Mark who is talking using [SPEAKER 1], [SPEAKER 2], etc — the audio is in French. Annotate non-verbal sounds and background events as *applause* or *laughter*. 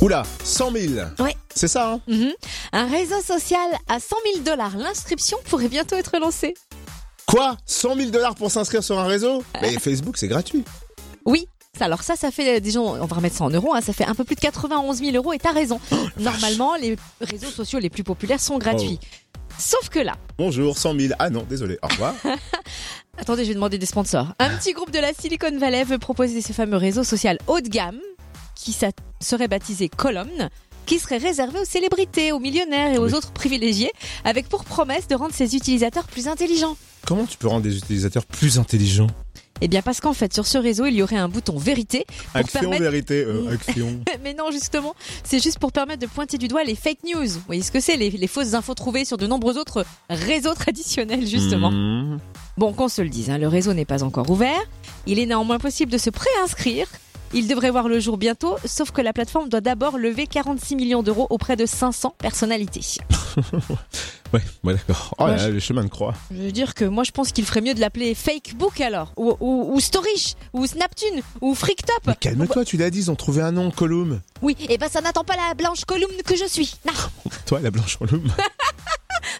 [SPEAKER 1] Oula, 100 000
[SPEAKER 2] Ouais.
[SPEAKER 1] C'est ça, hein
[SPEAKER 2] Mhm. Un réseau social à 100 000 dollars. L'inscription pourrait bientôt être lancée.
[SPEAKER 1] Quoi 100 000 dollars pour s'inscrire sur un réseau
[SPEAKER 2] Euh.
[SPEAKER 1] Mais Facebook, c'est gratuit.
[SPEAKER 2] Oui. ça- Alors ça, ça fait, euh, disons, on va remettre ça en euros, hein, ça fait un peu plus de 91 000 euros et t'as raison. Normalement, les réseaux sociaux les plus populaires sont gratuits. Sauf que là,
[SPEAKER 1] Bonjour, 100 000. Ah non, désolé, au
[SPEAKER 2] *laughs*
[SPEAKER 1] revoir.
[SPEAKER 2] attendez, je vais demander des sponsors. Un petit groupe de la Silicon Valley veut proposer ce fameux réseau social haut de gamme qui s'a- serait baptisé Column, qui serait réservé aux célébrités, aux millionnaires et aux
[SPEAKER 1] Oui.
[SPEAKER 2] autres privilégiés, avec pour promesse de rendre ses utilisateurs plus intelligents.
[SPEAKER 1] Comment tu peux rendre des utilisateurs plus intelligents
[SPEAKER 2] Eh bien parce qu'en fait, sur ce réseau, il y aurait un bouton vérité *laughs* pour
[SPEAKER 1] Action,
[SPEAKER 2] permettre
[SPEAKER 1] vérité, euh, action.
[SPEAKER 2] Mais non, justement, c'est juste pour permettre de pointer du doigt les fake news. Vous voyez ce que c'est, les, les fausses infos trouvées sur de nombreux autres réseaux *laughs* traditionnels, *laughs* justement.
[SPEAKER 1] Mmh.
[SPEAKER 2] Bon, qu'on se le dise, hein, le réseau n'est pas encore ouvert. Il est néanmoins possible de se préinscrire. Il devrait voir le jour bientôt, sauf que la plateforme doit d'abord lever 46 millions d'euros auprès de 500 personnalités.
[SPEAKER 1] Ouais, ouais, d'accord. Oh
[SPEAKER 2] Moi,
[SPEAKER 1] là là, le chemin de croix.
[SPEAKER 2] Je veux dire que moi, je pense qu'il ferait mieux de l'appeler Fakebook alors, ou, ou, ou Storage, ou Snaptune, ou
[SPEAKER 1] Mais
[SPEAKER 2] Freaktop.
[SPEAKER 1] calme-toi, tu l'as dit, ils ont trouvé un nom, Colum.
[SPEAKER 2] eh Oui, et ben ça n'attend pas la blanche columne que je suis. Non.
[SPEAKER 1] Toi, la blanche Colum.